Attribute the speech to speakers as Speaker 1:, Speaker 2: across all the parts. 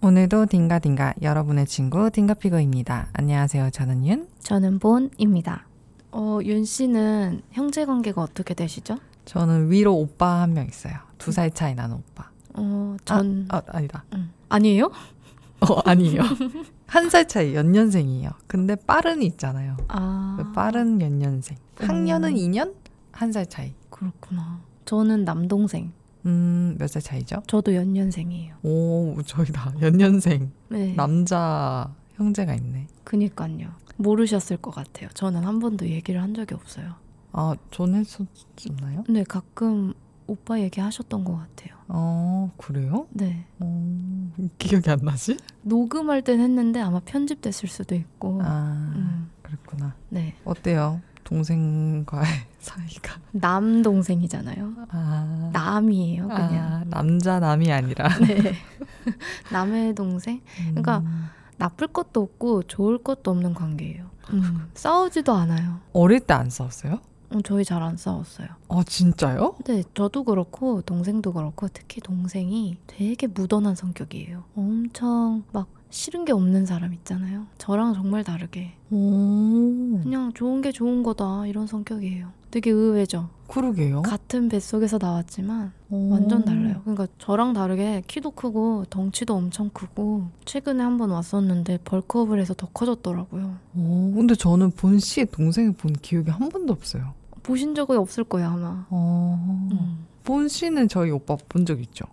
Speaker 1: 오늘도 딩가딩가 여러분의 친구 딩가피고입니다. 안녕하세요. 저는 윤.
Speaker 2: 저는 본입니다. 어, 윤 씨는 형제 관계가 어떻게 되시죠?
Speaker 1: 저는 위로 오빠 한 명 있어요. 두 살 차이 나는 오빠.
Speaker 2: 어, 전
Speaker 1: 아, 아니다.
Speaker 2: 음. 아니에요?
Speaker 1: 어, 아니에요. 한 살 차이 연년생이에요. 근데 빠른 있잖아요.
Speaker 2: 아,
Speaker 1: 빠른 연년생.
Speaker 2: 음.
Speaker 1: 학년은 2년? 한 살 차이.
Speaker 2: 그렇구나. 저는 남동생.
Speaker 1: 음, 몇 살 차이죠?
Speaker 2: 저도 연년생이에요.
Speaker 1: 오, 저희 다 연년생.
Speaker 2: 네.
Speaker 1: 남자 형제가 있네.
Speaker 2: 그니까요. 모르셨을 것 같아요. 저는 한 번도 얘기를 한 적이 없어요.
Speaker 1: 아, 전 했었나요?
Speaker 2: 근데 가끔 오빠 얘기하셨던 것 같아요.
Speaker 1: 어, 그래요?
Speaker 2: 네.
Speaker 1: 어, 기억이 안 나지?
Speaker 2: 녹음할 땐 했는데 아마 편집됐을 수도 있고.
Speaker 1: 아,
Speaker 2: 음,
Speaker 1: 그랬구나.
Speaker 2: 네.
Speaker 1: 어때요? 동생과의 사이가.
Speaker 2: 남동생이잖아요.
Speaker 1: 아,
Speaker 2: 남이에요, 그냥.
Speaker 1: 아, 남자 남이 아니라.
Speaker 2: 네. 남의 동생? 그러니까
Speaker 1: 음.
Speaker 2: 나쁠 것도 없고 좋을 것도 없는 관계예요. 음, 싸우지도 않아요.
Speaker 1: 어릴 때 안 싸웠어요?
Speaker 2: 음, 저희 잘 안 싸웠어요.
Speaker 1: 아, 진짜요?
Speaker 2: 근데 저도 그렇고 동생도 그렇고 특히 동생이 되게 무던한 성격이에요. 엄청 막 싫은 게 없는 사람 있잖아요. 저랑 정말 다르게
Speaker 1: 오,
Speaker 2: 그냥 좋은 게 좋은 거다 이런 성격이에요. 되게 의외죠.
Speaker 1: 그러게요.
Speaker 2: 같은 뱃속에서 나왔지만
Speaker 1: 어? 오.
Speaker 2: 완전 달라요. 그러니까 저랑 다르게 키도 크고 덩치도 엄청 크고 최근에 한 번 왔었는데 벌크업을 해서 더 커졌더라고요.
Speaker 1: 오, 근데 저는 본 씨의 동생을 본 기억이 한 번도 없어요.
Speaker 2: 보신 적이 없을 거예요 아마.
Speaker 1: 어.
Speaker 2: 음.
Speaker 1: 본 씨는 저희 오빠 본 적 있죠?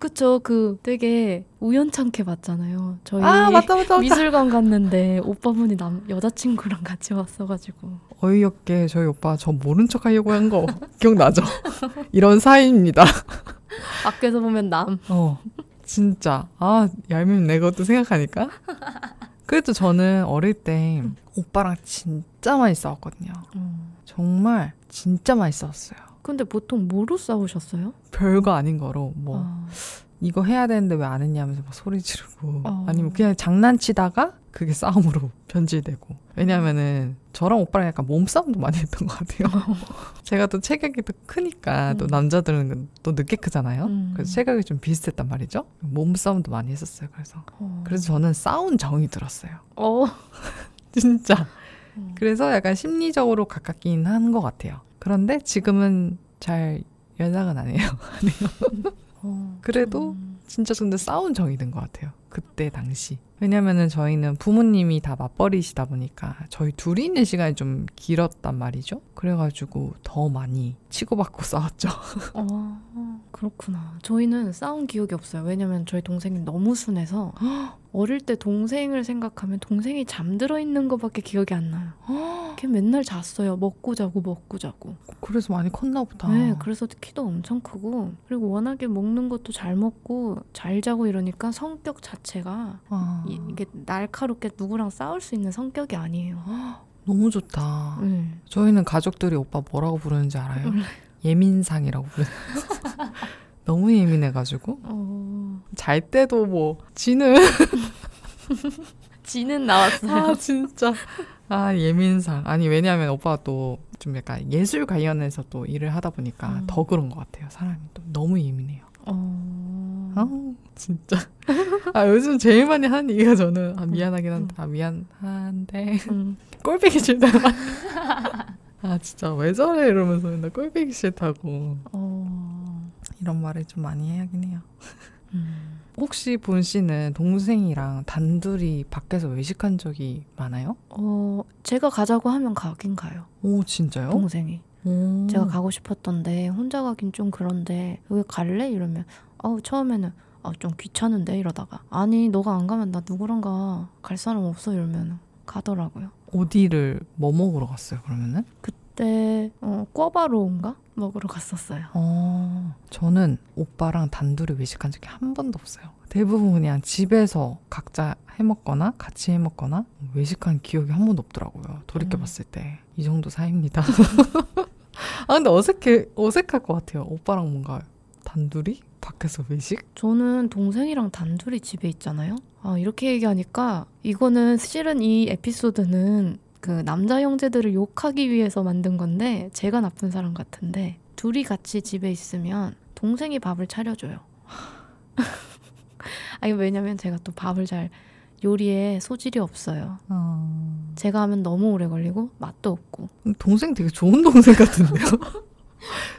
Speaker 2: 그쵸 그 되게 우연찮게 봤잖아요. 저희
Speaker 1: 아, 맞다, 맞다, 맞다.
Speaker 2: 미술관 갔는데 오빠분이 남 여자친구랑 같이 왔어가지고
Speaker 1: 어이없게 저희 오빠 저 모른 척 하려고 한 거 기억나죠? 이런 사이입니다.
Speaker 2: 밖에서 보면 남.
Speaker 1: 어, 진짜. 아, 얄밉네. 그것도 생각하니까. 그래도 저는 어릴 때 오빠랑 진짜 많이 싸웠거든요. 정말 진짜 많이 싸웠어요.
Speaker 2: 음. 근데 보통 뭐로 싸우셨어요?
Speaker 1: 별거 아닌 거로 뭐
Speaker 2: 아,
Speaker 1: 이거 해야 되는데 왜 안 했냐 하면서 막 소리 지르고
Speaker 2: 어.
Speaker 1: 아니면 그냥 장난치다가 그게 싸움으로 변질되고 왜냐면은 저랑 오빠랑 약간 몸싸움도 많이 했던 것 같아요 제가 또 체격이 또 크니까 또
Speaker 2: 음.
Speaker 1: 남자들은 또 늦게 크잖아요
Speaker 2: 음.
Speaker 1: 그래서 체격이 좀 비슷했단 말이죠 몸싸움도 많이 했었어요 그래서
Speaker 2: 어.
Speaker 1: 그래서 저는 싸운 정이 들었어요
Speaker 2: 어.
Speaker 1: 진짜
Speaker 2: 음.
Speaker 1: 그래서 약간 심리적으로 가깝긴 한 것 같아요 그런데 지금은 잘 연락은 안 해요 그래도
Speaker 2: 음.
Speaker 1: 진짜 근데 싸운 정이 든 것 같아요. 그때 당시. 왜냐면은 저희는 부모님이 다 맞벌이시다 보니까 저희 둘이 있는 시간이 좀 길었단 말이죠. 그래가지고 더 많이 치고받고 싸웠죠.
Speaker 2: 어, 그렇구나. 저희는 싸운 기억이 없어요. 왜냐면 저희 동생이 너무 순해서 어릴 때 동생을 생각하면 동생이 잠들어 있는 것밖에 기억이 안 나요. 걔 맨날 잤어요. 먹고 자고 먹고 자고.
Speaker 1: 그래서 많이 컸나 보다.
Speaker 2: 네, 그래서 키도 엄청 크고 그리고 워낙에 먹는 것도 잘 먹고 잘 자고 이러니까 성격 자체가
Speaker 1: 아,
Speaker 2: 이, 게 날카롭게 누구랑 싸울 수 있는 성격이 아니에요.
Speaker 1: 너무 좋다.
Speaker 2: 네.
Speaker 1: 저희는 가족들이 오빠 뭐라고 부르는지 알아요? 예민상이라고 부르는. 너무 예민해가지고
Speaker 2: 어,
Speaker 1: 잘 때도 뭐 지는
Speaker 2: 지는 나왔어요.
Speaker 1: 아 진짜 아 예민상 아니 왜냐하면 오빠가 또 좀 약간 예술 관련해서 또 일을 하다 보니까
Speaker 2: 음.
Speaker 1: 더 그런 것 같아요 사람이 또 너무 예민해요
Speaker 2: 어,
Speaker 1: 아우 진짜 아 요즘 제일 많이 하는 얘기가 저는 아 미안하긴 한데 아 미안한데
Speaker 2: 음,
Speaker 1: 꼴배기 싫다 아 진짜 왜 저래 이러면서 맨날 꼴배기 싫다고
Speaker 2: 어,
Speaker 1: 이런 말을 좀 많이 해야긴 해요
Speaker 2: 음.
Speaker 1: 혹시 본 씨는 동생이랑 단둘이 밖에서 외식한 적이 많아요?
Speaker 2: 어, 제가 가자고 하면 가긴 가요.
Speaker 1: 오 진짜요?
Speaker 2: 동생이.
Speaker 1: 오.
Speaker 2: 제가 가고 싶었던데 혼자 가긴 좀 그런데 여기 갈래? 이러면 아우 처음에는 아, 좀 귀찮은데 이러다가 아니 너가 안 가면 나 누구랑 가갈 사람 없어 이러면 가더라고요.
Speaker 1: 어디를 뭐 먹으러 갔어요 그러면은?
Speaker 2: 그때 어, 꿔바로운가 먹으러 갔었어요.
Speaker 1: 어 저는 오빠랑 단둘이 외식한 적이 한 번도 없어요. 대부분 그냥 집에서 각자 해 먹거나 같이 해 먹거나 외식한 기억이 한 번도 없더라고요. 돌이켜
Speaker 2: 음.
Speaker 1: 봤을 때 이 정도 사이입니다. 아 근데 어색해 어색할 것 같아요. 오빠랑 뭔가 단둘이 밖에서 외식?
Speaker 2: 저는 동생이랑 단둘이 집에 있잖아요. 아 이렇게 얘기하니까 이거는 실은 이 에피소드는 그 남자 형제들을 욕하기 위해서 만든 건데 제가 나쁜 사람 같은데 둘이 같이 집에 있으면 동생이 밥을 차려줘요. 아니 왜냐면 제가 또 밥을 잘 요리에 소질이 없어요.
Speaker 1: 어...
Speaker 2: 제가 하면 너무 오래 걸리고 맛도 없고.
Speaker 1: 동생 되게 좋은 동생 같은데요?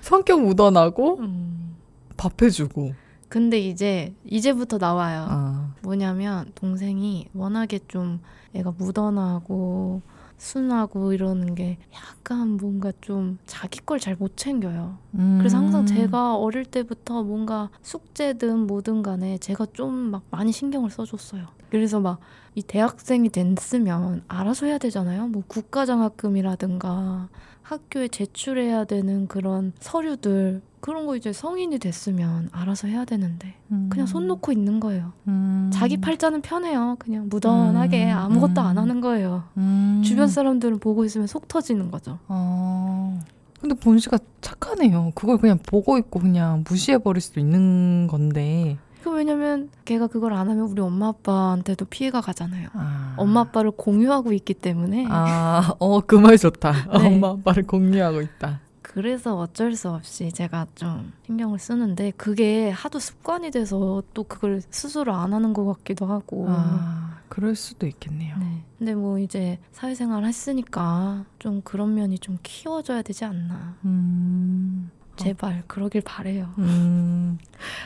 Speaker 1: 성격 묻어나고
Speaker 2: 음.
Speaker 1: 밥해주고.
Speaker 2: 근데 이제 이제부터 나와요.
Speaker 1: 아,
Speaker 2: 뭐냐면 동생이 워낙에 좀 애가 무던하고 순하고 이러는 게 약간 뭔가 좀 자기 걸 잘 못 챙겨요.
Speaker 1: 음.
Speaker 2: 그래서 항상 제가 어릴 때부터 뭔가 숙제든 뭐든 간에 제가 좀 막 많이 신경을 써줬어요. 그래서 막 이 대학생이 됐으면 알아서 해야 되잖아요. 뭐 국가장학금이라든가 학교에 제출해야 되는 그런 서류들 그런 거 이제 성인이 됐으면 알아서 해야 되는데
Speaker 1: 음.
Speaker 2: 그냥 손 놓고 있는 거예요.
Speaker 1: 음.
Speaker 2: 자기 팔자는 편해요. 그냥 무던하게
Speaker 1: 음.
Speaker 2: 아무것도
Speaker 1: 음.
Speaker 2: 안 하는 거예요.
Speaker 1: 음.
Speaker 2: 주변 사람들은 보고 있으면 속 터지는 거죠.
Speaker 1: 어. 근데 본씨가 착하네요. 그걸 그냥 보고 있고 그냥 무시해버릴 수도 있는 건데.
Speaker 2: 그 왜냐면 걔가 그걸 안 하면 우리 엄마 아빠한테도 피해가 가잖아요.
Speaker 1: 아.
Speaker 2: 엄마 아빠를 공유하고 있기 때문에
Speaker 1: 아, 어, 그 말 좋다.
Speaker 2: 네.
Speaker 1: 엄마 아빠를 공유하고 있다.
Speaker 2: 그래서 어쩔 수 없이 제가 좀 신경을 쓰는데 그게 하도 습관이 돼서 또 그걸 스스로 안 하는 것 같기도 하고
Speaker 1: 아, 그럴 수도 있겠네요.
Speaker 2: 네. 근데 뭐 이제 사회생활 했으니까 좀 그런 면이 좀 키워져야 되지 않나
Speaker 1: 음,
Speaker 2: 제발 그러길 바래요
Speaker 1: 음.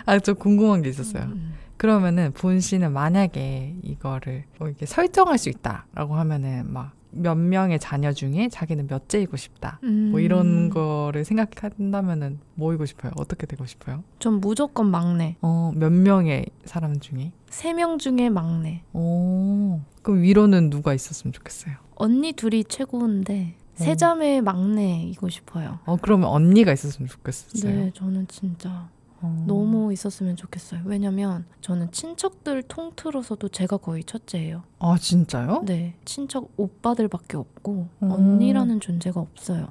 Speaker 1: 아, 저 궁금한 게 있었어요.
Speaker 2: 음.
Speaker 1: 그러면은 본 씨는 만약에 이거를 뭐 이렇게 설정할 수 있다라고 하면은 막 몇 명의 자녀 중에 자기는 몇째이고 싶다.
Speaker 2: 음.
Speaker 1: 뭐 이런 거를 생각한다면은 뭐이고 싶어요? 어떻게 되고 싶어요?
Speaker 2: 전 무조건 막내
Speaker 1: 어, 몇 명의 사람 중에?
Speaker 2: 세 명 중에 막내
Speaker 1: 오. 그럼 위로는 누가 있었으면 좋겠어요?
Speaker 2: 언니 둘이 최고인데
Speaker 1: 오.
Speaker 2: 세 자매의 막내이고 싶어요
Speaker 1: 어, 그러면 언니가 있었으면 좋겠어요.
Speaker 2: 네 저는 진짜
Speaker 1: 어.
Speaker 2: 너무 있었으면 좋겠어요. 왜냐면 저는 친척들 통틀어서도 제가 거의 첫째예요.
Speaker 1: 아, 진짜요?
Speaker 2: 네, 친척 오빠들밖에 없고
Speaker 1: 음.
Speaker 2: 언니라는 존재가 없어요.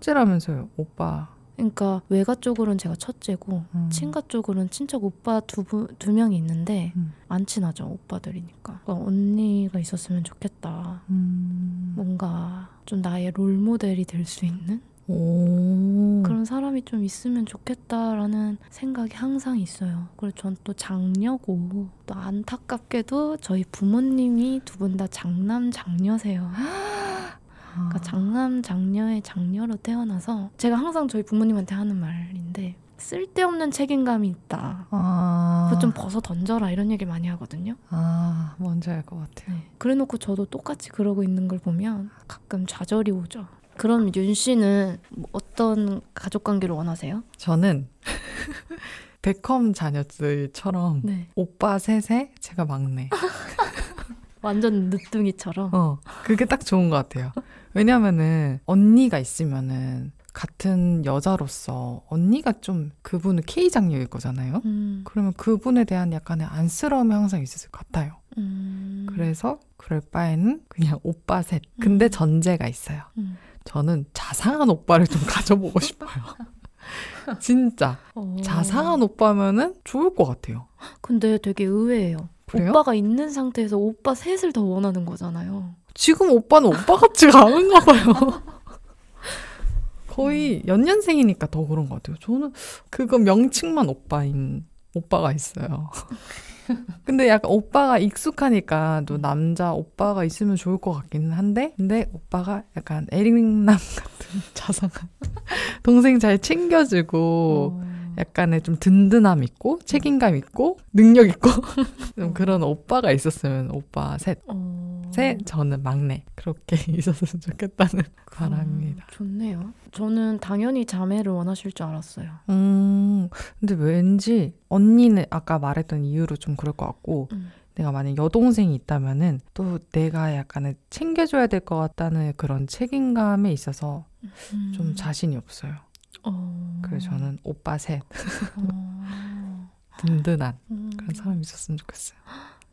Speaker 1: 첫째라면서요, 오빠.
Speaker 2: 그러니까 외가 쪽으로는 제가 첫째고
Speaker 1: 음.
Speaker 2: 친가 쪽으로는 친척 오빠 두두 명이 있는데
Speaker 1: 음.
Speaker 2: 안 친하죠 오빠들이니까. 그러니까 언니가 있었으면 좋겠다.
Speaker 1: 음.
Speaker 2: 뭐 뭔가 좀 나의 롤 모델이 될 수 있는
Speaker 1: 오.
Speaker 2: 그런 사람이 좀 있으면 좋겠다라는 생각이 항상 있어요. 그리고 전 또 장녀고 또 안타깝게도 저희 부모님이 두 분 다 장남 장녀세요.
Speaker 1: 아.
Speaker 2: 그러니까 장남 장녀의 장녀로 태어나서 제가 항상 저희 부모님한테 하는 말인데 쓸데없는 책임감이 있다.
Speaker 1: 아.
Speaker 2: 그거 좀 벗어 던져라 이런 얘기 많이 하거든요.
Speaker 1: 아, 뭔지 알 것 같아요.
Speaker 2: 네. 그래놓고 저도 똑같이 그러고 있는 걸 보면 가끔 좌절이 오죠. 그럼 윤 씨는 뭐 어떤 가족 관계를 원하세요?
Speaker 1: 저는 베컴 자녀들처럼
Speaker 2: 네.
Speaker 1: 오빠 셋에 제가 막내.
Speaker 2: 완전 늦둥이처럼.
Speaker 1: 어, 그게 딱 좋은 것 같아요. 왜냐면은 언니가 있으면은 같은 여자로서 언니가 좀 그분은 K 장녀일 거잖아요.
Speaker 2: 음,
Speaker 1: 그러면 그분에 대한 약간의 안쓰러움이 항상 있을 것 같아요.
Speaker 2: 음,
Speaker 1: 그래서 그럴 바에는 그냥 오빠 셋. 근데
Speaker 2: 음.
Speaker 1: 전제가 있어요.
Speaker 2: 음.
Speaker 1: 저는 자상한 오빠를 좀 가져보고 싶어요. 진짜
Speaker 2: 어.
Speaker 1: 자상한 오빠면은 좋을 것 같아요.
Speaker 2: 근데 되게 의외예요.
Speaker 1: 그래요?
Speaker 2: 오빠가 있는 상태에서 오빠 셋을 더 원하는 거잖아요.
Speaker 1: 지금 오빠는 오빠 같지가 않은가 봐요. 거의 연년생이니까 더 그런 것 같아요. 저는 그거 명칭만 오빠인 오빠가 있어요. 근데 약간 오빠가 익숙하니까 또 남자 오빠가 있으면 좋을 것 같기는 한데 근데 오빠가 약간 에릭남 같은 자상한 동생 잘 챙겨주고
Speaker 2: 어.
Speaker 1: 약간의 좀 든든함 있고 책임감 있고 능력 있고 좀
Speaker 2: 어.
Speaker 1: 그런 오빠가 있었으면 오빠 셋,
Speaker 2: 어.
Speaker 1: 셋 저는 막내 그렇게 있었으면 좋겠다는
Speaker 2: 그럼
Speaker 1: 바람입니다.
Speaker 2: 음, 좋네요. 저는 당연히 자매를 원하실 줄 알았어요.
Speaker 1: 음 근데 왠지 언니는 아까 말했던 이유로 좀 그럴 것 같고
Speaker 2: 음.
Speaker 1: 내가 만약 여동생이 있다면은 또 내가 약간의 챙겨줘야 될 것 같다는 그런 책임감에 있어서 좀
Speaker 2: 음.
Speaker 1: 자신이 없어요.
Speaker 2: 어.
Speaker 1: 그래서 저는 오빠 셋
Speaker 2: 어.
Speaker 1: 음. 든든한
Speaker 2: 음.
Speaker 1: 그런 사람이 있었으면 좋겠어요.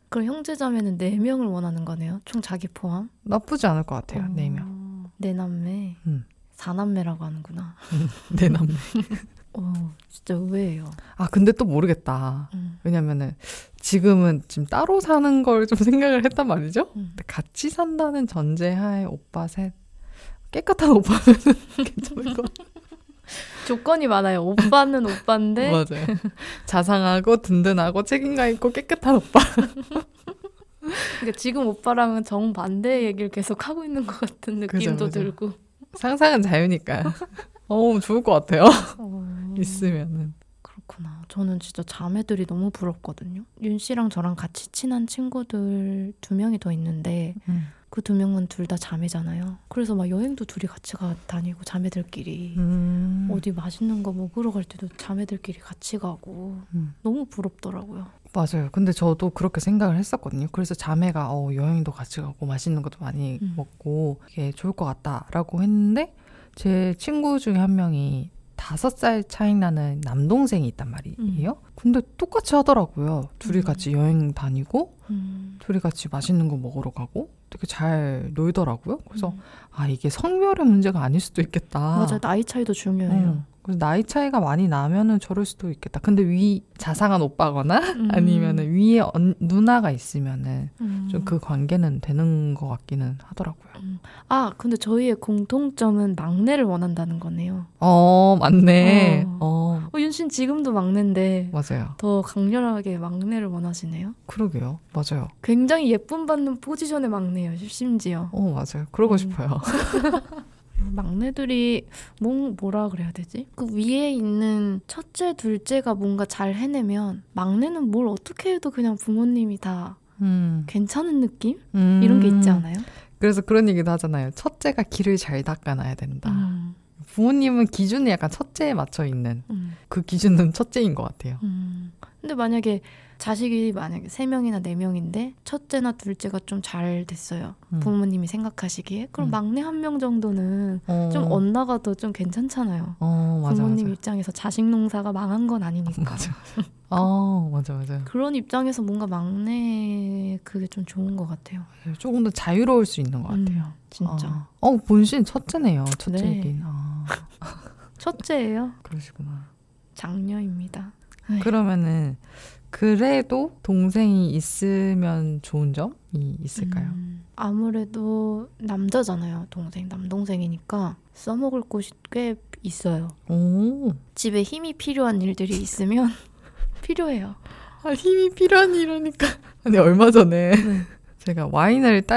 Speaker 2: 그럼 형제 자매는 네 명을 원하는 거네요. 총 자기 포함.
Speaker 1: 나쁘지 않을 것 같아요. 네 명.
Speaker 2: 어. 네 남매.
Speaker 1: 음.
Speaker 2: 사남매라고 하는구나.
Speaker 1: 내 남매.
Speaker 2: 어, 진짜 의외예요.
Speaker 1: 아 근데 또 모르겠다.
Speaker 2: 음.
Speaker 1: 왜냐면은 지금은 지금 따로 사는 걸 좀 생각을 했단 말이죠.
Speaker 2: 음.
Speaker 1: 근데 같이 산다는 전제하에 오빠 셋 깨끗한 오빠면 괜찮을 것 같아요.
Speaker 2: 조건이 많아요. 오빠는 오빠인데
Speaker 1: 맞아요. 자상하고 든든하고 책임감 있고 깨끗한 오빠.
Speaker 2: 그러니까 지금 오빠랑은 정반대의 얘기를 계속 하고 있는 것 같은
Speaker 1: 그죠,
Speaker 2: 느낌도
Speaker 1: 그죠.
Speaker 2: 들고
Speaker 1: 상상은 자유니까. 어우 좋을 것 같아요.
Speaker 2: 어,
Speaker 1: 있으면은.
Speaker 2: 그렇구나. 저는 진짜 자매들이 너무 부럽거든요. 윤 씨랑 저랑 같이 친한 친구들 두 명이 더 있는데
Speaker 1: 음.
Speaker 2: 그 두 명은 둘 다 자매잖아요. 그래서 막 여행도 둘이 같이 가 다니고 자매들끼리
Speaker 1: 음.
Speaker 2: 어디 맛있는 거 먹으러 갈 때도 자매들끼리 같이 가고
Speaker 1: 음.
Speaker 2: 너무 부럽더라고요.
Speaker 1: 맞아요. 근데 저도 그렇게 생각을 했었거든요. 그래서 자매가 어, 여행도 같이 가고 맛있는 것도 많이
Speaker 2: 음.
Speaker 1: 먹고 이게 좋을 것 같다라고 했는데 제 친구 중에 한 명이 다섯 살 차이 나는 남동생이 있단 말이에요. 근데 똑같이 하더라고요. 둘이
Speaker 2: 음.
Speaker 1: 같이 여행 다니고
Speaker 2: 음.
Speaker 1: 둘이 같이 맛있는 거 먹으러 가고 되게 잘 놀더라고요. 그래서
Speaker 2: 음.
Speaker 1: 아 이게 성별의 문제가 아닐 수도 있겠다.
Speaker 2: 맞아요. 나이 차이도 중요해요.
Speaker 1: 응. 그래서 나이 차이가 많이 나면은 저럴 수도 있겠다. 근데 위 자상한 오빠거나
Speaker 2: 음.
Speaker 1: 아니면은 위에 언- 누나가 있으면은
Speaker 2: 음.
Speaker 1: 좀 그 관계는 되는 것 같기는 하더라고요.
Speaker 2: 아, 근데 저희의 공통점은 막내를 원한다는 거네요.
Speaker 1: 어 맞네.
Speaker 2: 어.
Speaker 1: 어,
Speaker 2: 어, 윤신 지금도 막내인데
Speaker 1: 맞아요.
Speaker 2: 더 강렬하게 막내를 원하시네요.
Speaker 1: 그러게요. 맞아요.
Speaker 2: 굉장히 예쁨 받는 포지션의 막내예요, 심- 심지어.
Speaker 1: 어 맞아요. 그러고
Speaker 2: 음.
Speaker 1: 싶어요.
Speaker 2: 막내들이 뭐, 뭐라 그래야 되지? 그 위에 있는 첫째, 둘째가 뭔가 잘 해내면 막내는 뭘 어떻게 해도 그냥 부모님이 다
Speaker 1: 음.
Speaker 2: 괜찮은 느낌?
Speaker 1: 음.
Speaker 2: 이런 게 있지 않아요?
Speaker 1: 그래서 그런 얘기도 하잖아요. 첫째가 길을 잘 닦아놔야 된다.
Speaker 2: 음,
Speaker 1: 부모님은 기준이 약간 첫째에 맞춰 있는
Speaker 2: 음,
Speaker 1: 그 기준은 첫째인 것 같아요.
Speaker 2: 음. 근데 만약에 자식이 만약에 세 명이나 네 명인데 첫째나 둘째가 좀 잘 됐어요.
Speaker 1: 음.
Speaker 2: 부모님이 생각하시기에 그럼
Speaker 1: 음.
Speaker 2: 막내 한 명 정도는
Speaker 1: 어.
Speaker 2: 좀 언나가도 좀 괜찮잖아요.
Speaker 1: 어, 맞아,
Speaker 2: 부모님
Speaker 1: 맞아.
Speaker 2: 입장에서 자식 농사가 망한 건 아니니까.
Speaker 1: 맞아. 어, 맞아, 맞아.
Speaker 2: 그런 입장에서 뭔가 막내 그게 좀 좋은 것 같아요.
Speaker 1: 조금 더 자유로울 수 있는 것
Speaker 2: 음,
Speaker 1: 같아요.
Speaker 2: 진짜.
Speaker 1: 어, 어, 본신 첫째네요. 첫째이긴.
Speaker 2: 네.
Speaker 1: 아,
Speaker 2: 첫째예요.
Speaker 1: 그러시구나.
Speaker 2: 장녀입니다.
Speaker 1: 네. 그러면은 그래도 동생이 있으면 좋은 점이 있을까요?
Speaker 2: 음, 아무래도 남자잖아요. 동생, 남동생이니까 써먹을 곳이 꽤 있어요.
Speaker 1: 음. 오,
Speaker 2: 집에 힘이 필요한 일들이 있으면 필요해요.
Speaker 1: 아, 힘이 필요한 일이니까. 아니 얼마 전에 제가 와인을 따,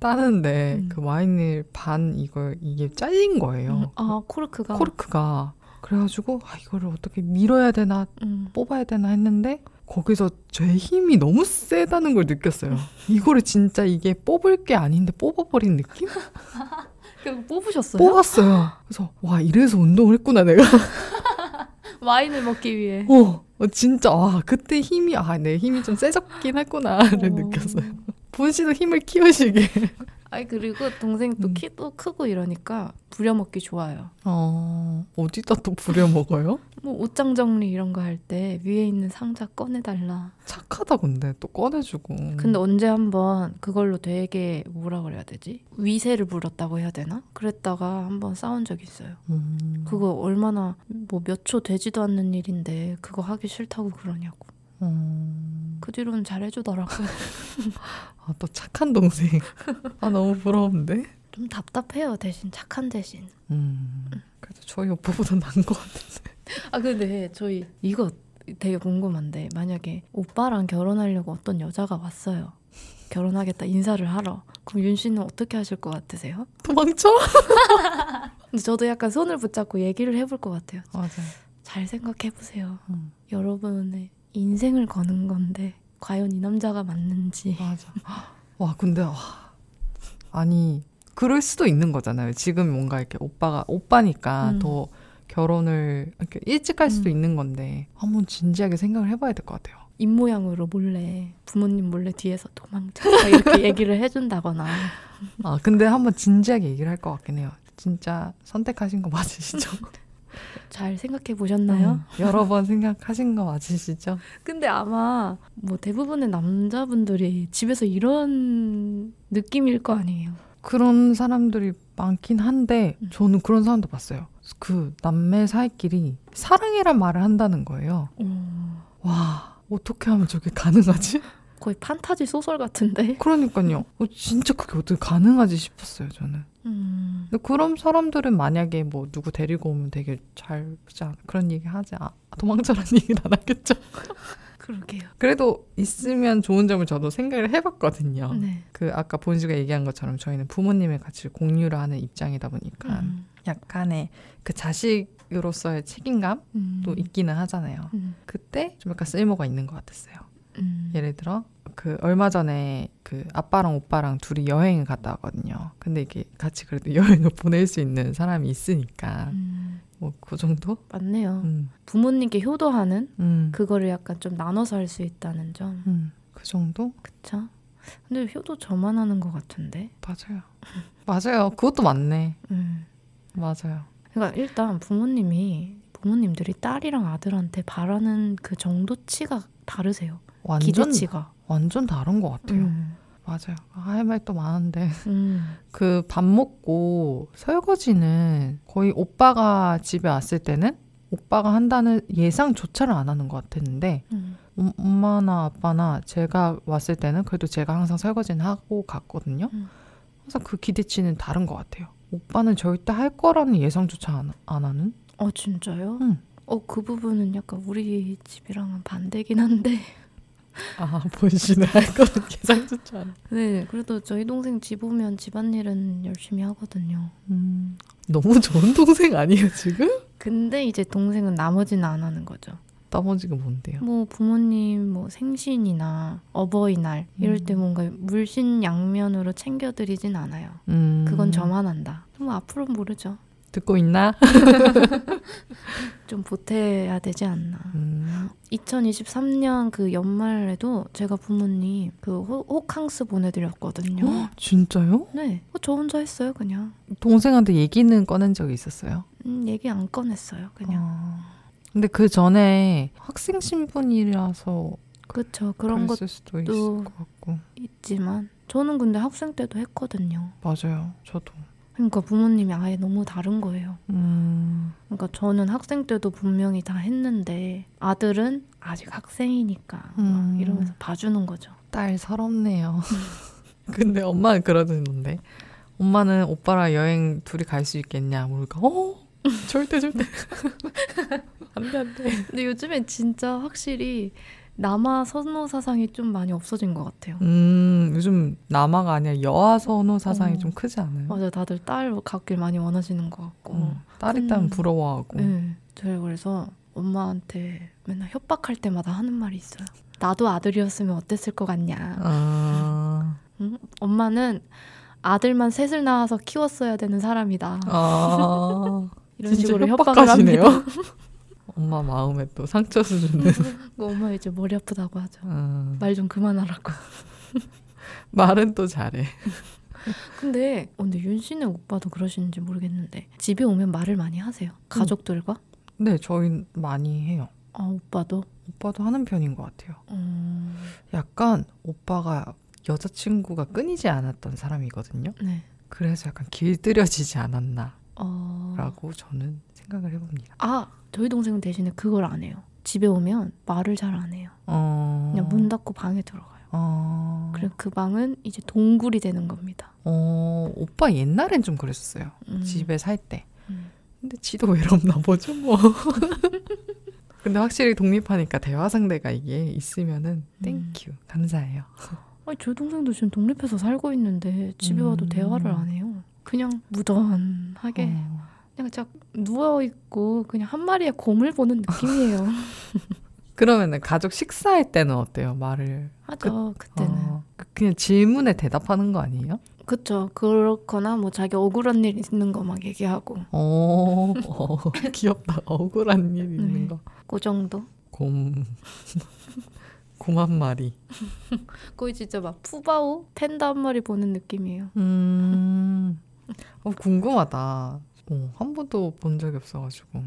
Speaker 1: 따는데
Speaker 2: 음.
Speaker 1: 그 와인을 반 이걸 이게 잘린
Speaker 2: 음,
Speaker 1: 거예요.
Speaker 2: 아 코르크가.
Speaker 1: 어. 코르크가. 그래가지고 아, 이거를 어떻게 밀어야 되나
Speaker 2: 음.
Speaker 1: 뽑아야 되나 했는데 거기서 제 힘이 너무 세다는 걸 느꼈어요. 이거를 진짜 이게 뽑을 게 아닌데 뽑아버린 느낌?
Speaker 2: 그리고 뽑으셨어요?
Speaker 1: 뽑았어요. 그래서 와 이래서 운동을 했구나 내가.
Speaker 2: 와인을 먹기 위해.
Speaker 1: 어, 어, 진짜 와 그때 힘이 아 내 힘이 좀 세졌긴 했구나를
Speaker 2: 어.
Speaker 1: 느꼈어요. 본 씨도 힘을 키우시게.
Speaker 2: 아니 그리고 동생 또
Speaker 1: 음.
Speaker 2: 키도 크고 이러니까 부려먹기 좋아요.
Speaker 1: 어 어디다 또 부려 먹어요?
Speaker 2: 뭐 옷장 정리 이런 거 할 때 위에 있는 상자 꺼내달라.
Speaker 1: 착하다 근데 또 꺼내주고.
Speaker 2: 근데 어, 언제 한번 그걸로 되게 뭐라 그래야 되지? 위세를 부렸다고 해야 되나? 그랬다가 한번 싸운 적 있어요.
Speaker 1: 음,
Speaker 2: 그거 얼마나 뭐 몇 초 되지도 않는 일인데 그거 하기 싫다고 그러냐고.
Speaker 1: 음,
Speaker 2: 그 뒤로는 잘해주더라고요.
Speaker 1: 아또 착한 동생. 아 너무 부러운데.
Speaker 2: 좀 답답해요 대신 착한 대신.
Speaker 1: 음. 그래도 저희 오빠보다 나은 것 같은데.
Speaker 2: 아 근데 저희 이거 되게 궁금한데 만약에 오빠랑 결혼하려고 어떤 여자가 왔어요. 결혼하겠다 인사를 하러. 그럼 윤 씨는 어떻게 하실 것 같으세요?
Speaker 1: 도망쳐?
Speaker 2: 근데 저도 약간 손을 붙잡고 얘기를 해볼 것 같아요.
Speaker 1: 맞아.
Speaker 2: 잘 생각해 보세요.
Speaker 1: 음.
Speaker 2: 여러분의 인생을 거는 건데 과연 이 남자가 맞는지.
Speaker 1: 맞아. 와, 근데 와. 아니, 그럴 수도 있는 거잖아요. 지금 뭔가 이렇게 오빠가 오빠니까
Speaker 2: 음.
Speaker 1: 더 결혼을 이렇게 일찍 할 수도
Speaker 2: 음.
Speaker 1: 있는 건데 한번 진지하게 생각을 해봐야 될 것 같아요.
Speaker 2: 입 모양으로 몰래 부모님 몰래 뒤에서 도망쳐 이렇게 얘기를 해준다거나.
Speaker 1: 아, 근데 한번 진지하게 얘기를 할 것 같긴 해요. 진짜 선택하신 거 맞으시죠?
Speaker 2: 잘 생각해 보셨나요?
Speaker 1: 음, 여러 번 생각하신 거 맞으시죠?
Speaker 2: 근데 아마 뭐 대부분의 남자분들이 집에서 이런 느낌일 거 아니에요.
Speaker 1: 그런 사람들이 많긴 한데
Speaker 2: 음.
Speaker 1: 저는 그런 사람도 봤어요. 그 남매 사이끼리 사랑이란 말을 한다는 거예요. 와 어떻게 하면 저게 가능하지?
Speaker 2: 어, 거의 판타지 소설 같은데.
Speaker 1: 그러니까요. 어, 진짜 그게 어떻게 가능하지 싶었어요 저는.
Speaker 2: 음.
Speaker 1: 근데 그럼 사람들은 만약에 뭐 누구 데리고 오면 되게 잘 보지 않 그런 얘기 하지 아, 도망쳐라는 얘기는 안 하겠죠.
Speaker 2: 그러게요.
Speaker 1: 그래도 있으면 좋은 점을 저도 생각을 해봤거든요.
Speaker 2: 네.
Speaker 1: 그 아까 본주가 얘기한 것처럼 저희는 부모님을 같이 공유를 하는 입장이다 보니까
Speaker 2: 음.
Speaker 1: 약간의 그 자식으로서의 책임감도
Speaker 2: 음.
Speaker 1: 있기는 하잖아요.
Speaker 2: 음.
Speaker 1: 그때 좀 약간 쓸모가 있는 것 같았어요.
Speaker 2: 음.
Speaker 1: 예를 들어 그 얼마 전에 그 아빠랑 오빠랑 둘이 여행을 갔다 왔거든요. 근데 이게 같이 그래도 여행을 보낼 수 있는 사람이 있으니까
Speaker 2: 음.
Speaker 1: 뭐 그 정도?
Speaker 2: 맞네요.
Speaker 1: 음.
Speaker 2: 부모님께 효도하는
Speaker 1: 음. 그,
Speaker 2: 그거를 약간 좀 나눠서 할 수 있다는 점.
Speaker 1: 음. 그 정도?
Speaker 2: 그쵸? 근데 효도 저만 하는 것 같은데.
Speaker 1: 맞아요. 맞아요. 그것도 맞네.
Speaker 2: 음.
Speaker 1: 맞아요.
Speaker 2: 그러니까 일단 부모님이 부모님들이 딸이랑 아들한테 바라는 그 정도치가 다르세요.
Speaker 1: 완전
Speaker 2: 기대치가.
Speaker 1: 완전 다른 것 같아요.
Speaker 2: 음.
Speaker 1: 맞아요. 할 말 또 많은데
Speaker 2: 음.
Speaker 1: 그 밥 먹고 설거지는 거의 오빠가 집에 왔을 때는 오빠가 한다는 예상조차를 안 하는 것 같았는데
Speaker 2: 음.
Speaker 1: 엄- 엄마나 아빠나 제가 왔을 때는 그래도 제가 항상 설거지는 하고 갔거든요.
Speaker 2: 음.
Speaker 1: 항상 그 기대치는 다른 것 같아요. 오빠는 절대 할 거라는 예상조차 안, 안 하는?
Speaker 2: 어 진짜요?
Speaker 1: 음.
Speaker 2: 어그 부분은 약간 우리 집이랑은 반대긴 한데.
Speaker 1: 아, 본신은 할 거라는 예상조차 안
Speaker 2: 네. 그래도 저희 동생 집 오면 집안일은 열심히 하거든요.
Speaker 1: 음, 너무 좋은 동생 아니에요, 지금?
Speaker 2: 근데 이제 동생은 나머지는 안 하는 거죠.
Speaker 1: 나머지가 뭔데요?
Speaker 2: 뭐 부모님 뭐 생신이나 어버이날 이럴 때
Speaker 1: 음.
Speaker 2: 뭔가 물신양면으로 챙겨드리진 않아요.
Speaker 1: 음,
Speaker 2: 그건 저만 한다. 뭐 앞으로는 모르죠.
Speaker 1: 듣고 있나?
Speaker 2: 좀 보태야 되지 않나.
Speaker 1: 음,
Speaker 2: 2023년 그 연말에도 제가 부모님 그 호, 호캉스 보내드렸거든요.
Speaker 1: 헉, 진짜요?
Speaker 2: 네, 어, 저 혼자 했어요 그냥.
Speaker 1: 동생한테 얘기는 꺼낸 적이 있었어요.
Speaker 2: 음, 얘기 안 꺼냈어요 그냥.
Speaker 1: 어. 근데 그 전에 학생 신분이라서
Speaker 2: 그렇죠.
Speaker 1: 그런
Speaker 2: 그런 것도
Speaker 1: 것도 있을 것 같고.
Speaker 2: 있지만 저는 근데 학생 때도 했거든요.
Speaker 1: 맞아요. 저도.
Speaker 2: 그러니까 부모님이 아예 너무 다른 거예요.
Speaker 1: 음,
Speaker 2: 그러니까 저는 학생 때도 분명히 다 했는데 아들은 아직 학생이니까
Speaker 1: 음.
Speaker 2: 막 이러면서 봐주는 거죠.
Speaker 1: 딸 서럽네요. 근데 엄마는 그러는데. 엄마는 오빠랑 여행 둘이 갈 수 있겠냐 물까? 어? 절대 절대. 안돼 안돼.
Speaker 2: 근데 요즘엔 진짜 확실히 남아 선호 사상이 좀 많이 없어진 것 같아요.
Speaker 1: 음, 요즘 남아가 아니라 여아 선호 사상이
Speaker 2: 어.
Speaker 1: 좀 크지 않아요?
Speaker 2: 맞아, 다들 딸 갖길 많이 원하시는 것 같고.
Speaker 1: 어, 딸 있다면
Speaker 2: 음.
Speaker 1: 부러워하고.
Speaker 2: 네, 제가 그래서 엄마한테 맨날 협박할 때마다 하는 말이 있어요. 나도 아들이었으면 어땠을 것 같냐.
Speaker 1: 아,
Speaker 2: 응? 엄마는 아들만 셋을 낳아서 키웠어야 되는 사람이다.
Speaker 1: 아
Speaker 2: 이런
Speaker 1: 진짜
Speaker 2: 식으로 협박을
Speaker 1: 협박까지네요.
Speaker 2: 합니다.
Speaker 1: 엄마 마음에 또 상처 수준은
Speaker 2: 그 엄마 이제 머리 아프다고 하죠.
Speaker 1: 음,
Speaker 2: 말 좀 그만하라고.
Speaker 1: 말은 또 잘해.
Speaker 2: 근데 어, 근데 윤씨네 오빠도 그러시는지 모르겠는데 집에 오면 말을 많이 하세요. 가족들과?
Speaker 1: 네, 저희 많이 해요.
Speaker 2: 음. 아 오빠도.
Speaker 1: 오빠도 하는 편인 것 같아요.
Speaker 2: 어,
Speaker 1: 약간 오빠가 여자친구가 끊이지 않았던 사람이거든요.
Speaker 2: 네.
Speaker 1: 그래서 약간 길들여지지 않았나라고
Speaker 2: 어.
Speaker 1: 저는 생각을 해봅니다.
Speaker 2: 아 저희 동생은 대신에 그걸 안 해요. 집에 오면 말을 잘 안 해요.
Speaker 1: 어...
Speaker 2: 그냥 문 닫고 방에 들어가요.
Speaker 1: 어...
Speaker 2: 그리고 그 방은 이제 동굴이 되는 겁니다.
Speaker 1: 어, 오빠 옛날엔 좀 그랬었어요.
Speaker 2: 음.
Speaker 1: 집에 살 때.
Speaker 2: 음.
Speaker 1: 근데 지도 외롭나 보죠 뭐. 근데 확실히 독립하니까 대화 상대가 이게 있으면은
Speaker 2: 음.
Speaker 1: 땡큐 감사해요.
Speaker 2: 아니 저 동생도 지금 독립해서 살고 있는데 집에 와도
Speaker 1: 음.
Speaker 2: 대화를 안 해요. 그냥 무던하게
Speaker 1: 어,
Speaker 2: 그냥 쫙 누워 있고 그냥 한 마리의 곰을 보는 느낌이에요.
Speaker 1: 그러면은 가족 식사할 때는 어때요? 말을
Speaker 2: 하죠 그, 때는
Speaker 1: 어, 그냥 질문에 대답하는 거 아니에요?
Speaker 2: 그쵸 그렇거나 뭐 자기 억울한 일 있는 거 막 얘기하고
Speaker 1: 어, 어, 귀엽다. 억울한 일
Speaker 2: 네.
Speaker 1: 있는 거.
Speaker 2: 그 정도
Speaker 1: 곰. 곰 한 마리.
Speaker 2: 거의 진짜 막 푸바오 팬더 한 마리 보는 느낌이에요
Speaker 1: 음. 어, 궁금하다. 어, 한 번도 본 적이 없어가지고.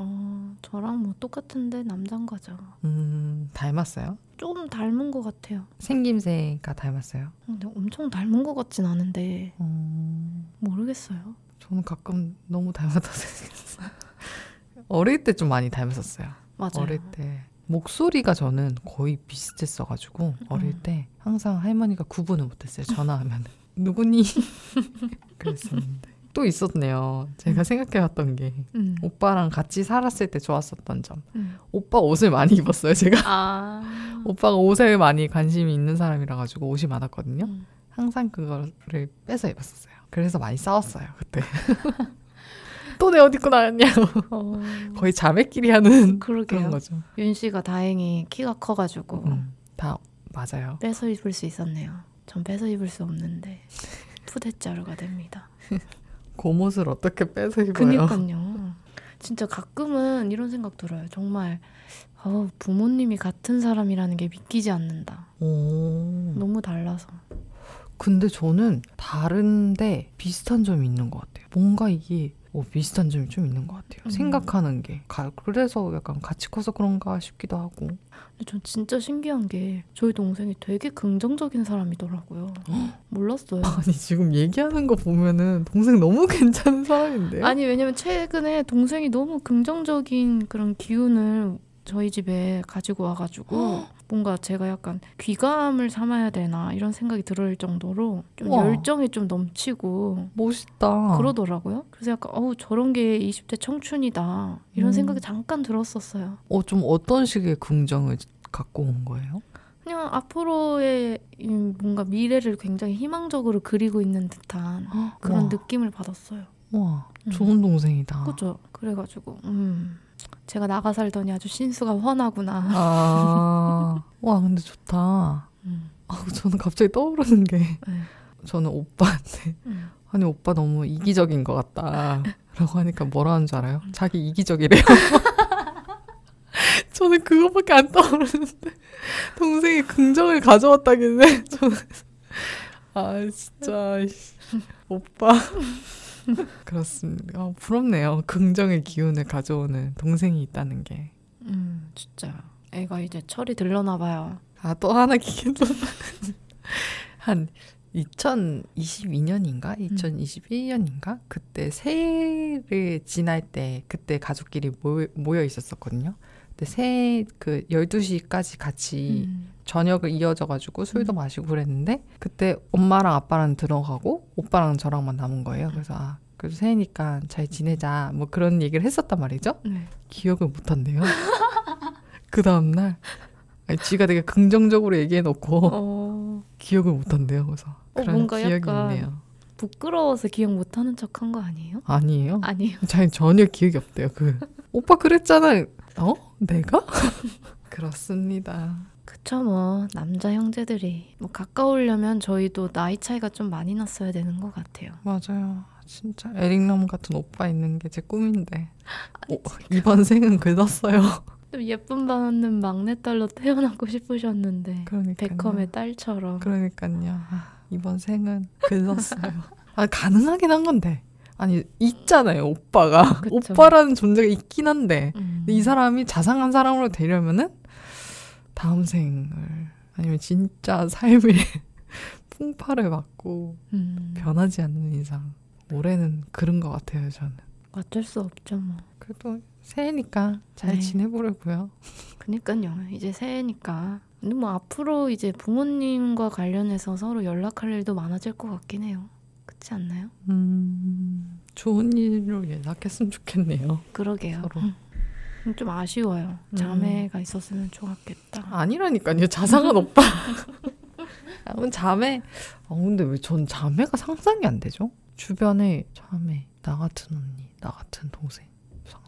Speaker 2: 어 저랑 뭐 똑같은데 남잔 거죠
Speaker 1: 음, 닮았어요?
Speaker 2: 좀 닮은 것 같아요
Speaker 1: 생김새가 닮았어요?
Speaker 2: 근데 엄청 닮은 것 같진 않은데
Speaker 1: 음,
Speaker 2: 모르겠어요
Speaker 1: 저는 가끔 너무 닮았다 생각했어요. 어릴 때 좀 많이 닮았었어요.
Speaker 2: 맞아요
Speaker 1: 어릴 때. 목소리가 저는 거의 비슷했어가지고 어릴
Speaker 2: 음.
Speaker 1: 때 항상 할머니가 구분을 못했어요. 전화하면 누구니? 그랬었는데 또 있었네요. 제가
Speaker 2: 음.
Speaker 1: 생각해봤던 게
Speaker 2: 음.
Speaker 1: 오빠랑 같이 살았을 때 좋았었던 점.
Speaker 2: 음.
Speaker 1: 오빠 옷을 많이 입었어요. 제가
Speaker 2: 아.
Speaker 1: 오빠가 옷에 많이 관심이 있는 사람이라 가지고 옷이 많았거든요.
Speaker 2: 음.
Speaker 1: 항상 그거를 뺏어 입었었어요. 그래서 많이 싸웠어요 그때. 또 내 옷 입고 나왔냐고.
Speaker 2: 어.
Speaker 1: 거의 자매끼리 하는 그런
Speaker 2: 그러게요. 어.
Speaker 1: 거죠.
Speaker 2: 윤 씨가 다행히 키가 커가지고
Speaker 1: 음, 다 맞아요.
Speaker 2: 빼서 입을 수 있었네요. 전 빼서 입을 수 없는데 푸대자루가 됩니다.
Speaker 1: 고못을 어떻게 뺏어 입어요?
Speaker 2: 그니까요. 진짜 가끔은 이런 생각 들어요. 정말 어, 부모님이 같은 사람이라는 게 믿기지 않는다.
Speaker 1: 오.
Speaker 2: 너무 달라서.
Speaker 1: 근데 저는 다른데 비슷한 점이 있는 것 같아요. 뭔가 이게 어, 비슷한 점이 좀 있는 것 같아요.
Speaker 2: 음.
Speaker 1: 생각하는 게. 가- 그래서 약간 같이 커서 그런가 싶기도 하고.
Speaker 2: 근데 전 진짜 신기한 게 저희 동생이 되게 긍정적인 사람이더라고요. 몰랐어요.
Speaker 1: 아니 지금 얘기하는 거 보면은 동생 너무 괜찮은 사람인데.
Speaker 2: 아니 왜냐면 최근에 동생이 너무 긍정적인 그런 기운을 저희 집에 가지고 와가지고 뭔가 제가 약간 귀감을 삼아야 되나 이런 생각이 들을 정도로 좀
Speaker 1: 우와.
Speaker 2: 열정이 좀 넘치고
Speaker 1: 멋있다.
Speaker 2: 어. 그러더라고요. 그래서 약간 어우 저런 게 20대 청춘이다 이런
Speaker 1: 음.
Speaker 2: 생각이 잠깐 들었었어요.
Speaker 1: 어, 좀 어떤 식의 긍정을 갖고 온 거예요?
Speaker 2: 그냥 앞으로의 이 뭔가 미래를 굉장히 희망적으로 그리고 있는 듯한 아, 그런
Speaker 1: 와,
Speaker 2: 느낌을 받았어요.
Speaker 1: 와,
Speaker 2: 음.
Speaker 1: 좋은 동생이다.
Speaker 2: 그죠. 그래가지고 음 제가 나가 살더니 아주 신수가 훤하구나.
Speaker 1: 아, 와, 근데 좋다.
Speaker 2: 음,
Speaker 1: 아, 저는 갑자기 떠오르는 게
Speaker 2: 네.
Speaker 1: 저는 오빠한테
Speaker 2: 음.
Speaker 1: 아니 오빠 너무 이기적인 것 같다. 라고 하니까 뭐라는 줄 알아요? 자기 이기적이래요. 저는 그거밖에 안 떠오르는데 동생이 긍정을 가져왔다길래 저는 아 진짜 씨. 오빠 그렇습니다. 아, 부럽네요. 긍정의 기운을 가져오는 동생이 있다는 게.
Speaker 2: 음, 진짜 애가 이제 철이 들러나 봐요.
Speaker 1: 아 또 하나 기도 한 2022년인가
Speaker 2: 음.
Speaker 1: 2021년인가 그때 새해를 지날 때 그때 가족끼리 모여, 모여 있었었거든요. 근데 새해 그 12시까지 같이
Speaker 2: 음.
Speaker 1: 저녁을 이어져 가지고 술도
Speaker 2: 음.
Speaker 1: 마시고 그랬는데 그때 엄마랑 아빠랑 들어가고 오빠랑 저랑만 남은 거예요. 그래서 아 그래도 새해니까 잘 지내자 뭐 그런 얘기를 했었단 말이죠.
Speaker 2: 네.
Speaker 1: 기억을 못한대요. 그 다음날 아니, 지가 되게 긍정적으로 얘기해놓고
Speaker 2: 어,
Speaker 1: 기억을 못한대요. 그래서
Speaker 2: 어,
Speaker 1: 그런
Speaker 2: 뭔가
Speaker 1: 기억이
Speaker 2: 약간-
Speaker 1: 있네요.
Speaker 2: 부끄러워서 기억 못하는 척 한 거 아니에요?
Speaker 1: 아니에요?
Speaker 2: 아니에요.
Speaker 1: 자기 전혀 기억이 없대요. 그 오빠 그랬잖아. 어? 내가? 그렇습니다.
Speaker 2: 그쵸 뭐 남자 형제들이 뭐 가까우려면 저희도 나이 차이가 좀 많이 났어야 되는 것 같아요.
Speaker 1: 맞아요. 진짜 에릭남 같은 오빠 있는 게 제 꿈인데
Speaker 2: 아,
Speaker 1: 오, 이번 생은 글렀어요.
Speaker 2: 좀 예쁨 받는 막내딸로 태어나고 싶으셨는데
Speaker 1: 그러니까요.
Speaker 2: 베컴의 딸처럼
Speaker 1: 그러니까요. 아, 이번 생은 글렀어요. 아, 가능하긴 한 건데. 아니, 있잖아요, 오빠가.
Speaker 2: 그쵸.
Speaker 1: 오빠라는 존재가 있긴 한데.
Speaker 2: 음.
Speaker 1: 근데 이 사람이 자상한 사람으로 되려면은 다음 생을 아니면 진짜 삶의 풍파를 맞고
Speaker 2: 음.
Speaker 1: 변하지 않는 이상 올해는 그런 것 같아요, 저는.
Speaker 2: 어쩔 수 없죠 뭐.
Speaker 1: 그래도 새해니까 잘
Speaker 2: 네.
Speaker 1: 지내보려고요.
Speaker 2: 그니까요. 이제 새해니까. 근데 뭐 앞으로 이제 부모님과 관련해서 서로 연락할 일도 많아질 것 같긴 해요. 그렇지 않나요?
Speaker 1: 음, 좋은 일로 연락했으면 좋겠네요.
Speaker 2: 그러게요.
Speaker 1: 서로.
Speaker 2: 음. 좀 아쉬워요. 자매가 있었으면 좋았겠다.
Speaker 1: 아니라니까요. 자상한 오빠. 아무 자매. 아 근데 왜 전 자매가 상상이 안 되죠? 주변에 자매, 나 같은 언니, 나 같은 동생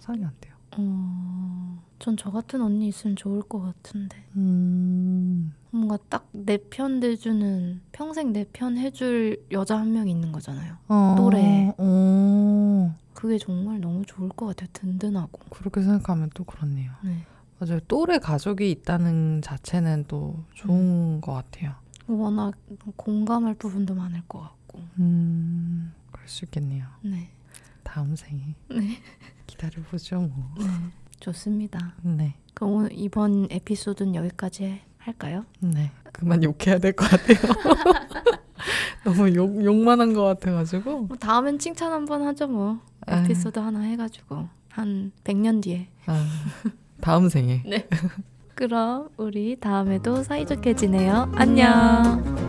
Speaker 1: 상상이 안 돼요.
Speaker 2: 어... 전 저 같은 언니 있으면 좋을 것 같은데
Speaker 1: 음,
Speaker 2: 뭔가 딱 내 편 대주는 평생 내 편 해줄 여자 한 명 있는 거잖아요.
Speaker 1: 어,
Speaker 2: 또래.
Speaker 1: 어,
Speaker 2: 그게 정말 너무 좋을 것 같아요. 든든하고.
Speaker 1: 그렇게 생각하면 또 그렇네요.
Speaker 2: 네.
Speaker 1: 맞아요. 또래 가족이 있다는 자체는 또 좋은 것 같아요.
Speaker 2: 워낙 공감할 부분도 많을 것 같고.
Speaker 1: 음, 그럴 수 있겠네요.
Speaker 2: 네.
Speaker 1: 다음 생에
Speaker 2: 네.
Speaker 1: 기다려보죠 뭐.
Speaker 2: 네. 좋습니다.
Speaker 1: 네,
Speaker 2: 그럼 오늘 이번 에피소드는 여기까지 할까요?
Speaker 1: 네. 그만 욕해야 될 것 같아요. 너무 욕 욕만 한 것 같아가지고.
Speaker 2: 뭐 다음엔 칭찬 한번 하죠 뭐
Speaker 1: 아.
Speaker 2: 에피소드 하나 해가지고 한 100년 뒤에
Speaker 1: 아, 다음 생에.
Speaker 2: 그럼 우리 다음에도 사이좋게 지내요 안녕